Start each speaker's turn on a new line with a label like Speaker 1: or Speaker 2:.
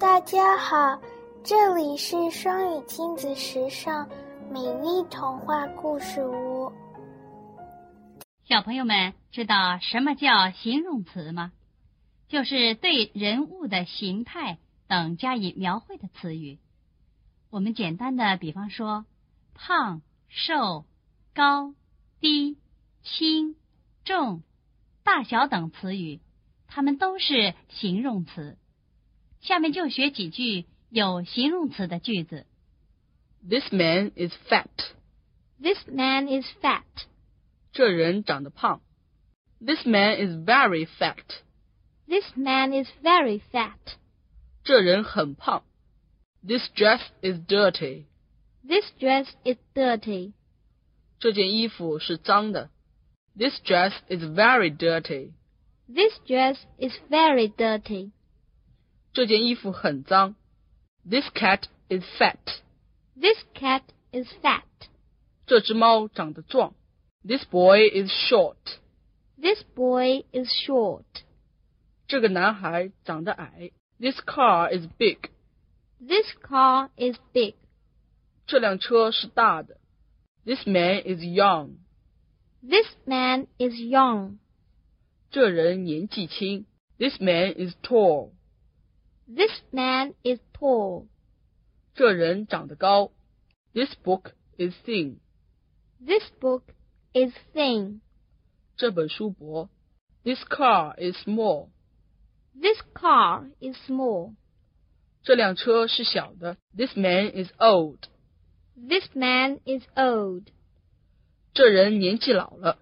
Speaker 1: 大家好，这里是双语亲子时尚美丽童话故事屋。
Speaker 2: 小朋友们知道什么叫形容词吗？就是对人物的形态等加以描绘的词语。我们简单的比方说，胖、瘦、高、低、轻、重、大小等词语，它们都是形容词。下面就学几句有形容词的句子。
Speaker 3: This man is fat.
Speaker 4: This man is fat.
Speaker 3: 这人长得胖。This man is very fat.
Speaker 4: This man is very fat.
Speaker 3: 这人很胖。This dress is dirty.
Speaker 4: This dress is dirty.
Speaker 3: 这件衣服是脏的。This dress is very dirty.
Speaker 4: This dress is very dirty.
Speaker 3: 这件衣服很脏。This cat is fat.
Speaker 4: This cat is fat.
Speaker 3: 这只猫长得壮。This boy is short.
Speaker 4: This boy is short.
Speaker 3: 这个男孩长得矮。This car is big.
Speaker 4: This car is big.
Speaker 3: 这辆车是大的。This man is young.
Speaker 4: This man is young.
Speaker 3: 这人年纪轻。This man is tall.
Speaker 4: This man is tall.
Speaker 3: 这人长得高。This book is thin.
Speaker 4: This book is thin.
Speaker 3: 这本书薄。This car is small.
Speaker 4: This car is small.
Speaker 3: 这辆车是小的。This man is old.
Speaker 4: This man is old.
Speaker 3: 这人年纪老了。